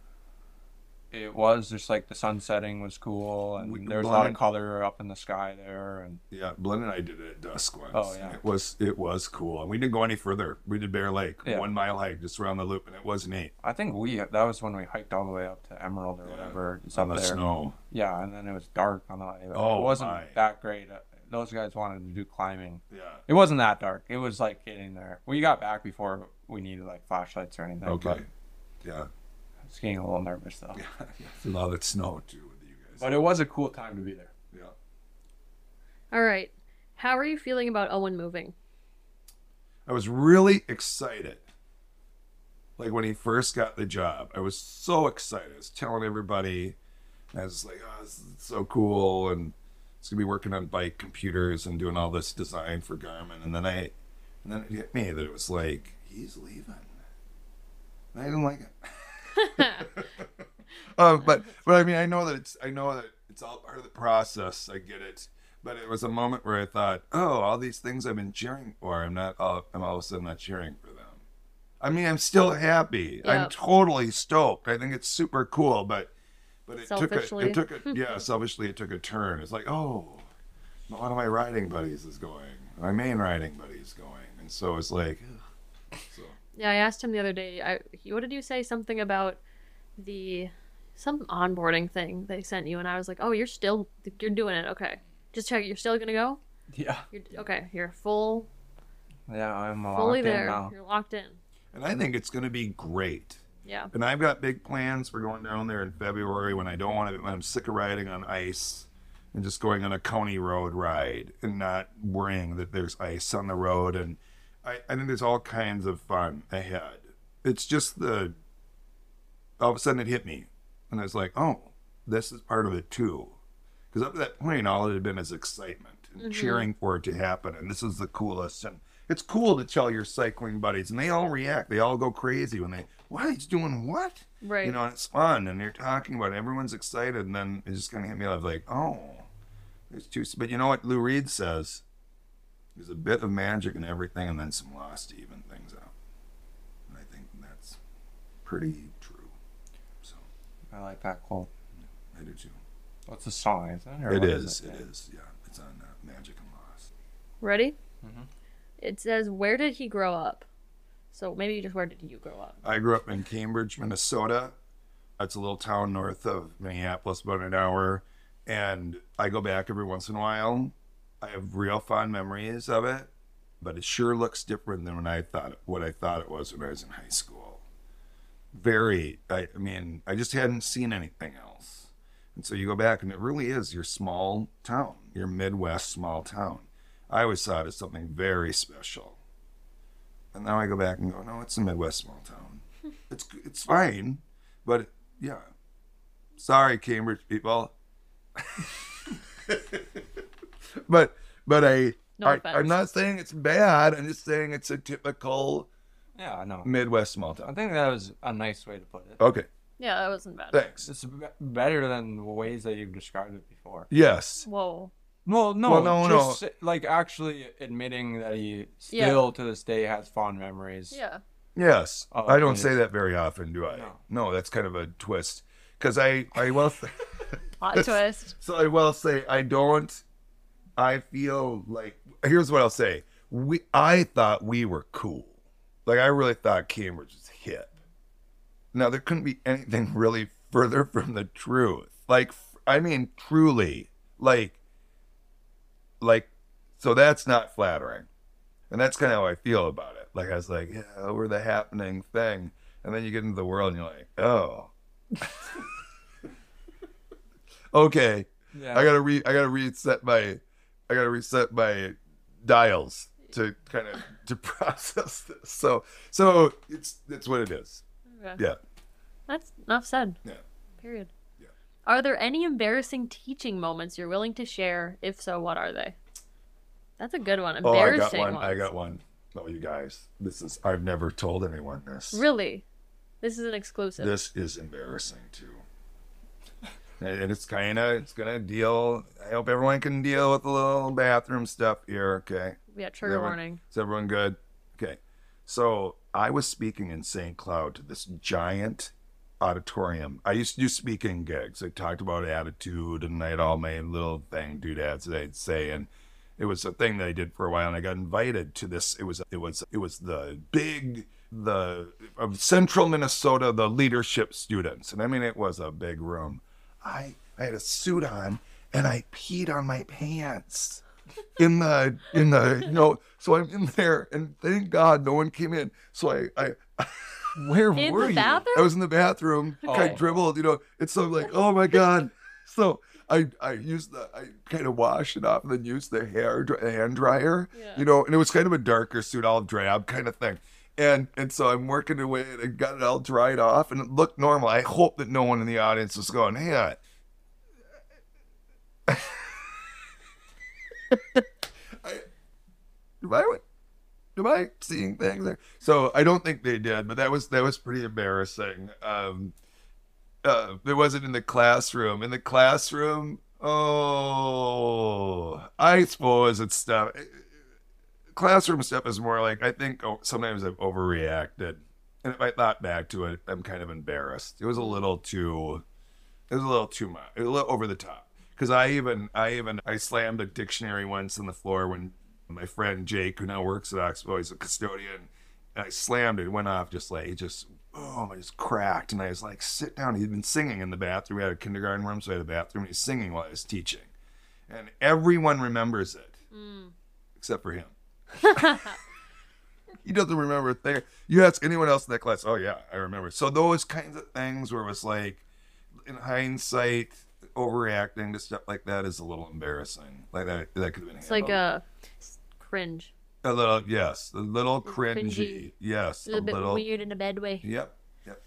S1: it was just like the sun setting was cool. And
S3: We-
S1: there was a lot of
S3: blind-
S1: color up in the sky there. And
S3: yeah blynn and i did it at dusk once
S1: Oh, yeah.
S3: it was it was cool and we didn't go any further we did bear lake
S1: Yeah.
S3: one mile hike just around the loop and it was neat
S1: I think we, that was when we hiked all the way up to Emerald or
S3: Yeah,
S1: whatever. It's
S3: on
S1: up
S3: the
S1: there.
S3: snow
S1: Yeah. And then it was dark on the
S3: Oh,
S1: It wasn't
S3: my.
S1: that great. Uh, Those guys wanted to do climbing.
S3: yeah
S1: It wasn't that dark. It was like getting there. We got back before we needed like flashlights or anything.
S3: okay
S1: But
S3: yeah
S1: I was getting a little nervous though.
S3: Love it snow too with you guys.
S1: But it was a cool time to be there.
S3: yeah.
S2: All right. How are you feeling about Owen moving?
S3: I was really excited. Like when he first got the job, I was so excited. I was telling everybody, I was like, oh, this is so cool. And it's going to be working on bike computers and doing all this design for Garmin. And then I, and then it hit me that it was like, he's leaving. And I didn't like it. Oh, but but I mean, I know that it's I know that it's all part of the process. I get it. But it was a moment where I thought, oh, all these things I've been cheering for, I'm not. All, I'm all of a sudden not cheering for them. I mean, I'm still happy. I'm
S2: Yep.
S3: totally stoked. I think it's super cool. But But it
S2: Selfishly.
S3: took a, it took a, yeah, selfishly it took a turn. It's like, oh, one of my riding buddies is going. My main riding buddy is going, and so it's like, ugh. so
S2: Yeah, I asked him the other day. I he, what did you say? Something about the some onboarding thing they sent you, and I was like, "Oh, you're still you're doing it. Okay, just check. You're still gonna go.
S1: Yeah.
S2: You're okay. You're full,
S1: Yeah, I'm
S2: fully
S1: locked in
S2: there.
S1: now.
S2: You're locked in.
S3: and I think it's going to be great.
S2: Yeah,
S3: And I've got big plans for going down there in February when I don't want to. When I'm sick of riding on ice and just going on a county road ride and not worrying that there's ice on the road. And I, I think there's all kinds of fun ahead. It's just the all of a sudden it hit me, and I was like, oh, this is part of it too. Because up to that point, all it had been is excitement and cheering for it to happen, and this is the coolest. And it's cool to tell your cycling buddies, and they all react. They all go crazy when they, "What? He's doing what?"
S2: right.
S3: You know, and it's fun, and they're talking about it. Everyone's excited, and then it just kind of hit me like, like, oh, there's two. But you know what Lou Reed says? There's a bit of magic in everything, and then some loss to even things out. And I think that's pretty true. So
S1: I like that quote.
S3: I do too.
S1: What's the song? Is it? or
S3: It
S1: what
S3: is. It is. Yeah, it's on uh, Magic and Loss.
S2: Ready?
S1: Mhm.
S2: It says, "Where did he grow up?" So maybe just where did you grow up?
S3: I grew up in Cambridge, Minnesota. It's a little town north of Minneapolis, about an hour. And I go back every once in a while. I have real fond memories of it, but it sure looks different than when I thought what I thought it was when I was in high school. Very. I, I mean, I just hadn't seen anything else. And so you go back, and it really is your small town, your Midwest small town. I always saw it as something very special. And now I go back and go, no, it's a Midwest small town. It's it's fine, but yeah. Sorry, Cambridge people. but but I,
S2: No
S3: I
S2: offense.
S3: I'm not saying it's bad. I'm just saying it's a typical
S1: Yeah, I know.
S3: Midwest small
S1: I
S3: town.
S1: think that was a nice way to put it.
S3: Okay,
S2: Yeah, that wasn't bad.
S3: thanks.
S1: It's be- better than the ways that you've described it before.
S3: Yes,
S2: Whoa.
S1: Well, no,
S3: Well, no, no.
S1: just like actually admitting that he
S2: Yeah.
S1: still to this day has fond memories.
S2: Yeah.
S3: yes.
S1: Oh,
S3: I don't
S1: it
S3: say that very often, do I? No,
S1: No.
S3: that's kind of a twist. Because I I well.
S2: Plot twist.
S3: So I will say I don't. I feel like here's what I'll say. We I thought we were cool. Like I really thought Cambridge was hip. Now there couldn't be anything really further from the truth. Like f- I mean, truly, like, like, so that's not flattering, and that's kind of how I feel about it. Like I was like, yeah, we're the happening thing, and then you get into the world and you're like, oh, okay.
S1: Yeah.
S3: I gotta re I gotta reset my I gotta reset my dials to kind of to process this. So so it's that's what it is.
S2: Okay.
S3: Yeah.
S2: That's enough said.
S3: Yeah.
S2: Period.
S3: Yeah.
S2: Are there any embarrassing teaching moments you're willing to share? If so, what are they? That's a good one.
S3: Oh I
S2: Embarrassing
S3: got one. I
S2: ones.
S3: got one. Oh you guys. This is I've never told anyone this.
S2: Really? This is an exclusive.
S3: This is embarrassing too. And and it's kind of it's gonna deal. I hope everyone can deal with the little bathroom stuff here. Okay,
S2: yeah, trigger
S3: Everyone-
S2: warning.
S3: Is everyone good? Okay. So I was speaking in St. Cloud to this giant auditorium. I used to do speaking gigs. I talked about attitude and I had all my little thing doodads that I'd say and it was a thing that I did for a while and I got invited to this it was it was it was the big the of central Minnesota the leadership students and I mean it was a big room. I I had a suit on and I peed on my pants in the in the you know so I'm in there and thank God no one came in. So I I
S1: Where
S2: In
S1: were
S2: the
S1: you?
S2: bathroom?
S3: I was in the bathroom. I
S1: Oh.
S3: dribbled, you know. It's so like, oh my god. So I I used the I kind of washed it off and then used the hair dr- hand dryer,
S2: Yeah.
S3: you know. And it was kind of a darker suit, all drab kind of thing. And and so I'm working away and I got it all dried off and it looked normal. I hope that no one in the audience was going, hey. uh, I, am I am I seeing things there? So I don't think they did, but that was that was pretty embarrassing. Um, uh, it wasn't in the classroom. In the classroom, oh, I suppose it's stuff. Classroom stuff is more like I think oh, sometimes I've overreacted, and if I thought back to it, I'm kind of embarrassed. It was a little too It was a little too much, a little over the top. Because I even, I even, I slammed a dictionary once on the floor when my friend Jake, who now works at Oxbow, he's a custodian, and I slammed it. It went off just like, it just, boom, I just cracked. And I was like, sit down. He'd been singing in the bathroom. We had a kindergarten room, so I had a bathroom. He was singing while I was teaching. And everyone remembers it Mm. except for him. he doesn't remember a thing. You ask anyone else in that class, oh yeah, I remember. So those kinds of things where it was like, in hindsight, overreacting to stuff like that is a little embarrassing. Like that, that could have been.
S2: It's like a cringe.
S3: a little, yes, a little cringy,
S2: cringy.
S3: yes,
S2: A little bit weird in a bad way.
S3: Yep, yep.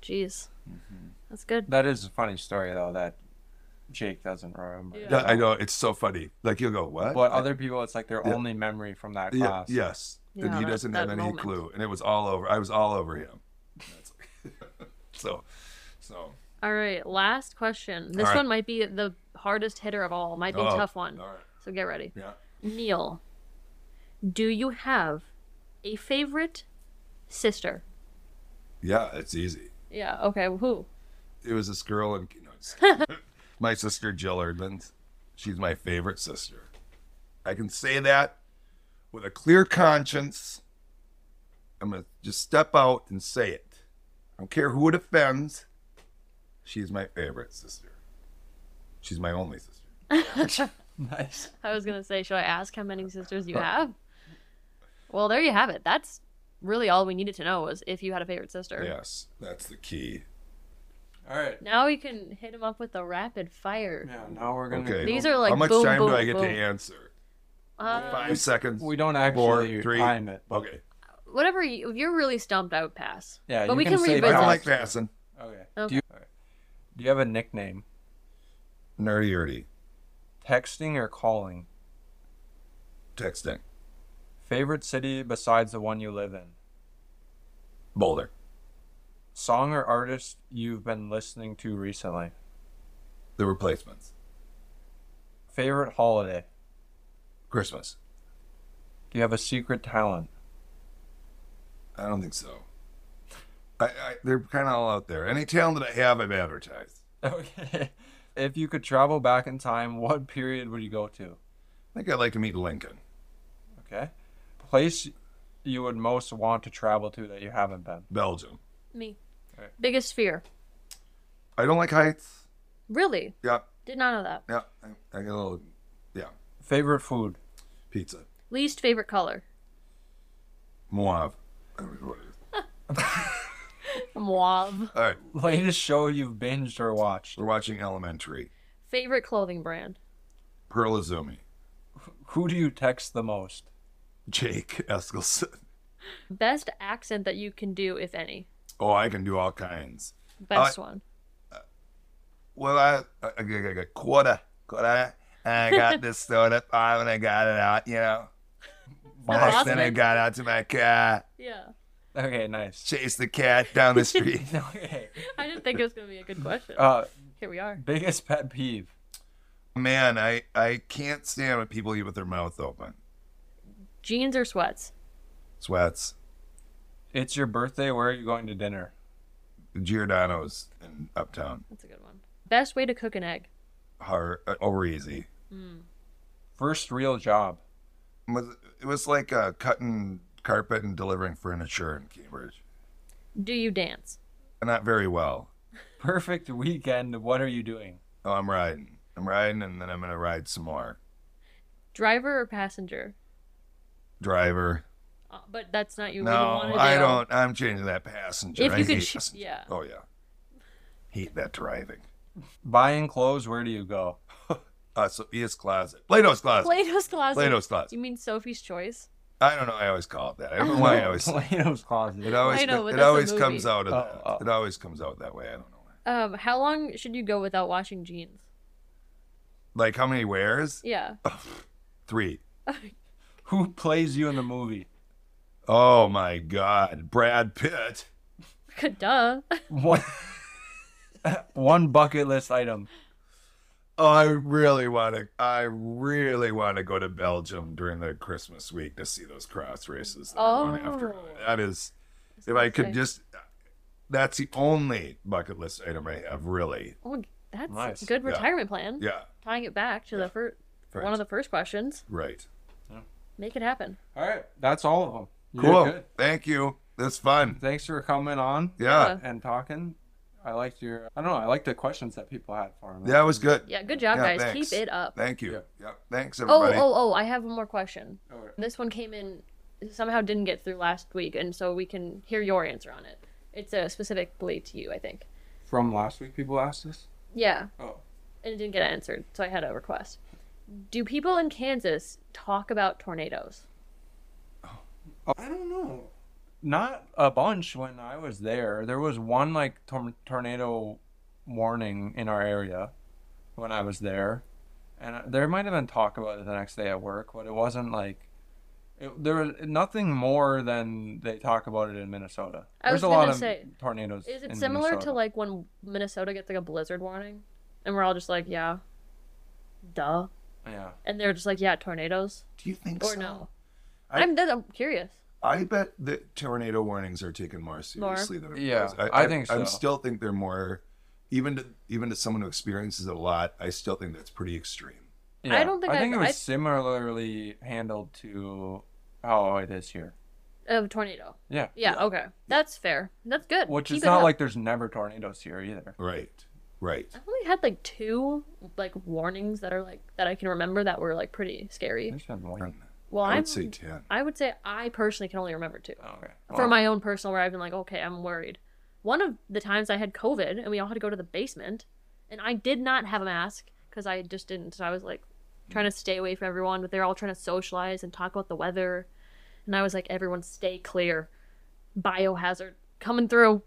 S2: Jeez.
S3: Mm-hmm.
S2: That's good.
S1: That is a funny story though that Jake doesn't remember.
S2: Yeah.
S3: Yeah, I know it's so funny. Like you'll go, what?
S1: But
S3: I-
S1: other people, it's like their
S3: Yeah.
S1: only memory from that
S3: Yeah,
S1: class.
S3: yes, and
S2: Yeah,
S3: he
S2: uh, that-
S3: doesn't have
S2: that
S3: any
S2: moment.
S3: clue, and it was all over. I was all over him. That's- so, so
S2: All right, last question. This
S3: right.
S2: one might be the hardest hitter of all. Might be a
S3: Oh,
S2: tough one.
S3: all right,
S2: So get ready.
S3: yeah.
S2: Neil, do you have a favorite sister?
S3: Yeah, it's easy.
S2: Yeah, okay, who?
S3: It was this girl and no, just kidding. my sister Jill Erdman's. She's my favorite sister. I can say that with a clear conscience. I'm gonna just step out and say it. I don't care who it offends. She's my favorite sister. She's my only sister.
S1: Nice.
S2: I was going to say, should I ask how many sisters
S1: Uh,
S2: you have? Well, there you have it. That's really all we needed to know was if you had a favorite sister.
S3: Yes, that's the key.
S1: All right.
S2: Now we can hit him up with the rapid fire.
S1: Yeah. Now we're gonna.
S3: Okay.
S2: These are like
S3: How much
S2: boom,
S3: time
S2: boom,
S3: do I get
S2: boom.
S3: to answer?
S2: Uh,
S3: Five seconds.
S1: We don't
S3: Four,
S1: actually
S3: three.
S1: time it. but-
S3: Okay.
S2: whatever you, if you're really stumped, I would pass.
S1: Yeah,
S2: but
S1: you
S2: we
S1: can say
S2: can,
S3: I
S2: revisit.
S1: that.
S3: don't like passing.
S1: Okay.
S2: Okay.
S1: Do you, all right. Do you have a nickname?
S3: Nerdy erdy.
S1: Texting or calling?
S3: Texting.
S1: Favorite city besides the one you live in?
S3: Boulder.
S1: Song or artist you've been listening to recently?
S3: The replacements.
S1: Favorite holiday?
S3: Christmas.
S1: Do you have a secret talent?
S3: I don't think so. I, I they're kind of all out there. Any talent that I have, I've advertised.
S1: Okay. If you could travel back in time, what period would you go to?
S3: I think I'd like to meet Lincoln.
S1: Okay. Place you would most want to travel to that you haven't been.
S3: Belgium.
S2: Me.
S1: Alright.
S2: Biggest fear.
S3: I don't like heights.
S2: Really?
S3: Yeah,
S2: Did not know that.
S3: yeah. I, I get a little. Yeah,
S1: Favorite food?
S3: pizza.
S2: Least favorite color.
S3: Moab. I don't know what it is.
S2: Mauve.
S3: All right,
S1: Latest show you've binged or watched?
S3: we're watching Elementary.
S2: Favorite clothing brand.
S3: Pearl Izumi.
S1: Who do you text the most?
S3: Jake Eskelson.
S2: Best accent that you can do, if any.
S3: Oh, I can do all kinds. Uh,
S2: Best one.
S3: Well, I, I, I got- I got quarter, quarter, and I got this soda at five, and I got it out, you know.
S2: Boss
S3: Nice, then I
S2: man.
S3: got out to my car,
S2: Yeah.
S1: Okay, nice.
S3: chased the cat down the street.
S1: Okay.
S2: I didn't think it was going to be a good question.
S1: Uh,
S2: Here we are.
S1: biggest pet peeve?
S3: Man, I I can't stand when people eat with their mouth open.
S2: Jeans or sweats?
S3: Sweats,
S1: It's your birthday. Where are you going to dinner?
S3: Giordano's, and Uptown
S2: That's a good one. Best way to cook an egg.
S3: are uh, over easy.
S1: First real job.
S3: It was, it was like uh, cutting carpet and delivering furniture in Cambridge.
S2: Do you dance?
S3: Not very well.
S1: Perfect weekend. What are you doing?
S3: Oh, I'm riding. I'm riding, and then I'm gonna ride some more.
S2: Driver or passenger?
S3: Driver.
S2: Uh, but that's not you. what you
S3: No,
S2: wanna
S3: I
S2: do.
S3: don't. I'm changing that passenger.
S2: If
S3: I
S2: you could
S3: hate
S2: sh-
S3: passenger.
S2: yeah.
S3: Oh yeah. Hate that driving.
S1: Buying clothes. Where do you go?
S3: Uh, Sophia's closet. Plato's closet.
S2: Plato's closet.
S3: Plato's closet.
S2: You mean Sophie's choice?
S3: I don't know. I always call it that. I don't know why I always.
S1: Plato's closet.
S3: It always.
S2: I know, but
S3: it
S2: that's a
S3: always
S2: movie.
S3: comes out of
S1: Oh,
S3: that.
S1: oh.
S3: It always comes out that way. I don't know. why.
S2: Um, how long should you go without washing jeans?
S3: Like how many wears?
S2: Yeah.
S3: Three.
S1: Who plays you in the movie?
S3: Oh my God, Brad Pitt.
S2: Duh.
S1: What? One bucket list item.
S3: Oh, I really want to. I really want to go to Belgium during the Christmas week to see those cross races. That are one after
S2: Oh.
S3: another. that is, if I could
S2: say.
S3: just. That's the only bucket list item I have, really.
S2: Oh, That's
S1: Nice.
S2: a good
S3: Yeah.
S2: retirement plan.
S3: Yeah.
S2: Tying it back to the first
S3: Right.
S2: one of the first questions.
S3: right.
S2: Make it happen.
S1: All right, that's all of them. You're
S3: Cool.
S1: good.
S3: Thank you. That's fun.
S1: Thanks for coming on
S3: Yeah.
S2: Yeah.
S1: and talking. I liked your. I don't know. I liked the questions that people had for him.
S3: Yeah, it was good.
S2: Yeah, good job,
S3: Yeah,
S2: guys.
S3: thanks.
S2: Keep it up.
S3: Thank you.
S1: Yeah.
S3: Yep. Thanks,
S2: Oh,
S3: everybody.
S2: oh, oh, I have one more question.
S1: All right.
S2: This one came in somehow didn't get through last week, and so we can hear your answer on it. It's uh, specifically to you, I think.
S1: From last week, people asked us.
S2: Yeah,
S1: Oh,
S2: and it didn't get answered, so I had a request. Do people in Kansas talk about tornadoes?
S1: I don't know. Not a bunch when I was there. There was one like tor- tornado warning in our area when I was there, and I- there might have been talk about it the next day at work, but it wasn't like. It, there was nothing more than they talk about it in Minnesota.
S2: I
S1: There's
S2: was
S1: a lot
S2: gonna
S1: of
S2: say,
S1: tornadoes.
S2: Is it
S1: in
S2: similar to
S1: Minnesota.
S2: like when Minnesota gets like a blizzard warning, and we're all just like, yeah, duh,
S1: Yeah.
S2: and they're just like, yeah, tornadoes
S3: Do you think
S2: or
S3: so?
S2: no?
S3: I-
S2: I'm that- I'm curious.
S3: I bet that tornado warnings are taken more seriously than it
S1: Yeah,
S3: was.
S1: I think so.
S3: I still think they're more, even to even to someone who experiences it a lot. I still think that's pretty extreme.
S2: I don't think
S1: I
S2: I've-
S1: think it was
S2: I've-
S1: similarly handled to how it is here.
S2: Of tornado.
S1: Yeah.
S2: Yeah, okay. That's fair. That's good.
S1: Which
S2: Keep
S1: is
S2: it
S1: not
S2: up.
S1: like there's never tornadoes here either.
S3: Right. Right.
S2: I've only had like two like warnings that are like that I can remember that were like pretty scary.
S1: There's been one.
S2: Well,
S3: I
S2: I'm,
S3: would say ten.
S2: I would say I personally can only remember two.
S1: Oh, okay.
S2: For
S1: Well,
S2: my own personal where I've been like, okay, I'm worried. One of the times I had COVID and we all had to go to the basement and I did not have a mask cuz I just didn't so I was like trying to stay away from everyone, but they're all trying to socialize and talk about the weather. And I was like everyone stay clear. Biohazard coming through.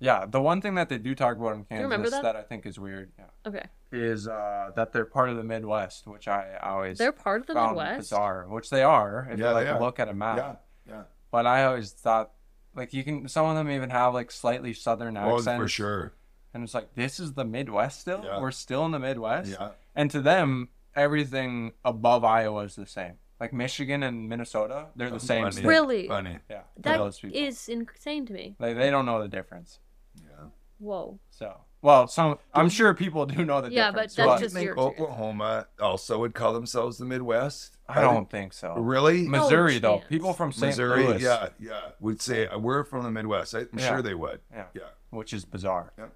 S1: yeah, the one thing that they do talk about in Kansas
S2: remember
S1: that?
S2: that?
S1: I think is weird, yeah,
S2: Okay.
S1: is uh, that they're part of the Midwest, which I always
S2: They're part of the
S1: found
S2: Midwest.
S1: bizarre, which they are if
S3: Yeah,
S1: you like
S3: they are.
S1: look at a map.
S3: Yeah. Yeah.
S1: But I always thought, like, you can some of them even have like slightly southern
S3: Oh,
S1: accents,
S3: for sure.
S1: And it's like this is the Midwest still.
S3: Yeah.
S1: We're still in the Midwest.
S3: Yeah.
S1: And to them, everything above Iowa is the same. Like Michigan and Minnesota, they're the same.
S3: Funny.
S1: state.
S2: Really?
S3: Funny.
S1: Yeah. for
S2: That
S1: those people.
S2: is insane to me.
S1: Like, they don't know the difference.
S3: Yeah.
S2: Whoa.
S1: So, well, some I'm sure people do know the
S2: Yeah, but
S1: difference.
S2: that's
S3: Well,
S2: just
S3: you think
S2: your experience.
S3: Oklahoma also would call themselves the Midwest?
S1: I don't think so.
S3: really.
S2: No
S1: Missouri though,
S2: chance.
S1: people from St.
S3: Missouri,
S1: Louis,
S3: yeah, yeah, would say uh, we're from the Midwest. I- I'm
S1: Yeah.
S3: sure they would.
S1: Yeah.
S3: yeah,
S1: which is bizarre.
S3: Yeah.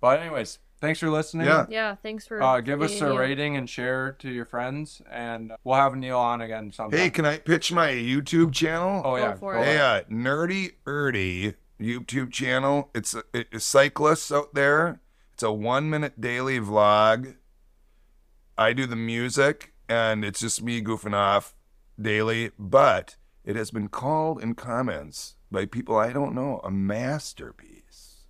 S1: But anyways, thanks for listening.
S3: Yeah.
S2: Yeah, thanks for
S1: Uh, give us
S2: being
S1: a
S2: here.
S1: rating and share to your friends, and we'll have Neil on again sometime.
S3: Hey, can I pitch my YouTube channel?
S1: oh
S2: Go
S1: yeah,
S2: for
S1: go
S2: it.
S1: ahead.
S3: Hey, uh, Nerdy Erdy YouTube channel. It's, it's cyclists out there. It's a one minute daily vlog. I do the music and it's just me goofing off daily, but it has been called in comments by people I don't know a masterpiece.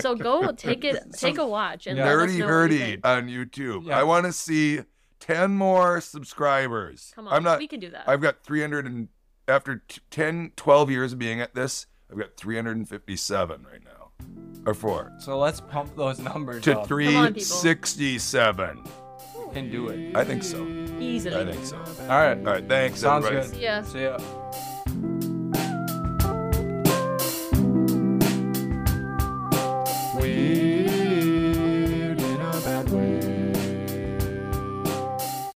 S2: So go take it, take a watch, and let us
S3: Nerdy
S2: know what you
S3: Erdy
S2: think.
S3: on YouTube.
S1: Yeah.
S3: I want to see 10 more subscribers.
S2: Come on,
S3: I'm not
S2: we can do that.
S3: I've got 300 and after t- 10, 12 years of being at this, I've got 357 right now, or four
S1: So let's pump those numbers
S3: to
S1: up
S3: 367.
S1: and do it.
S3: I think so.
S2: Easily.
S3: I think so.
S1: All right.
S3: All right, thanks.
S1: Sounds
S3: everybody.
S1: good.
S2: Yes.
S1: See ya.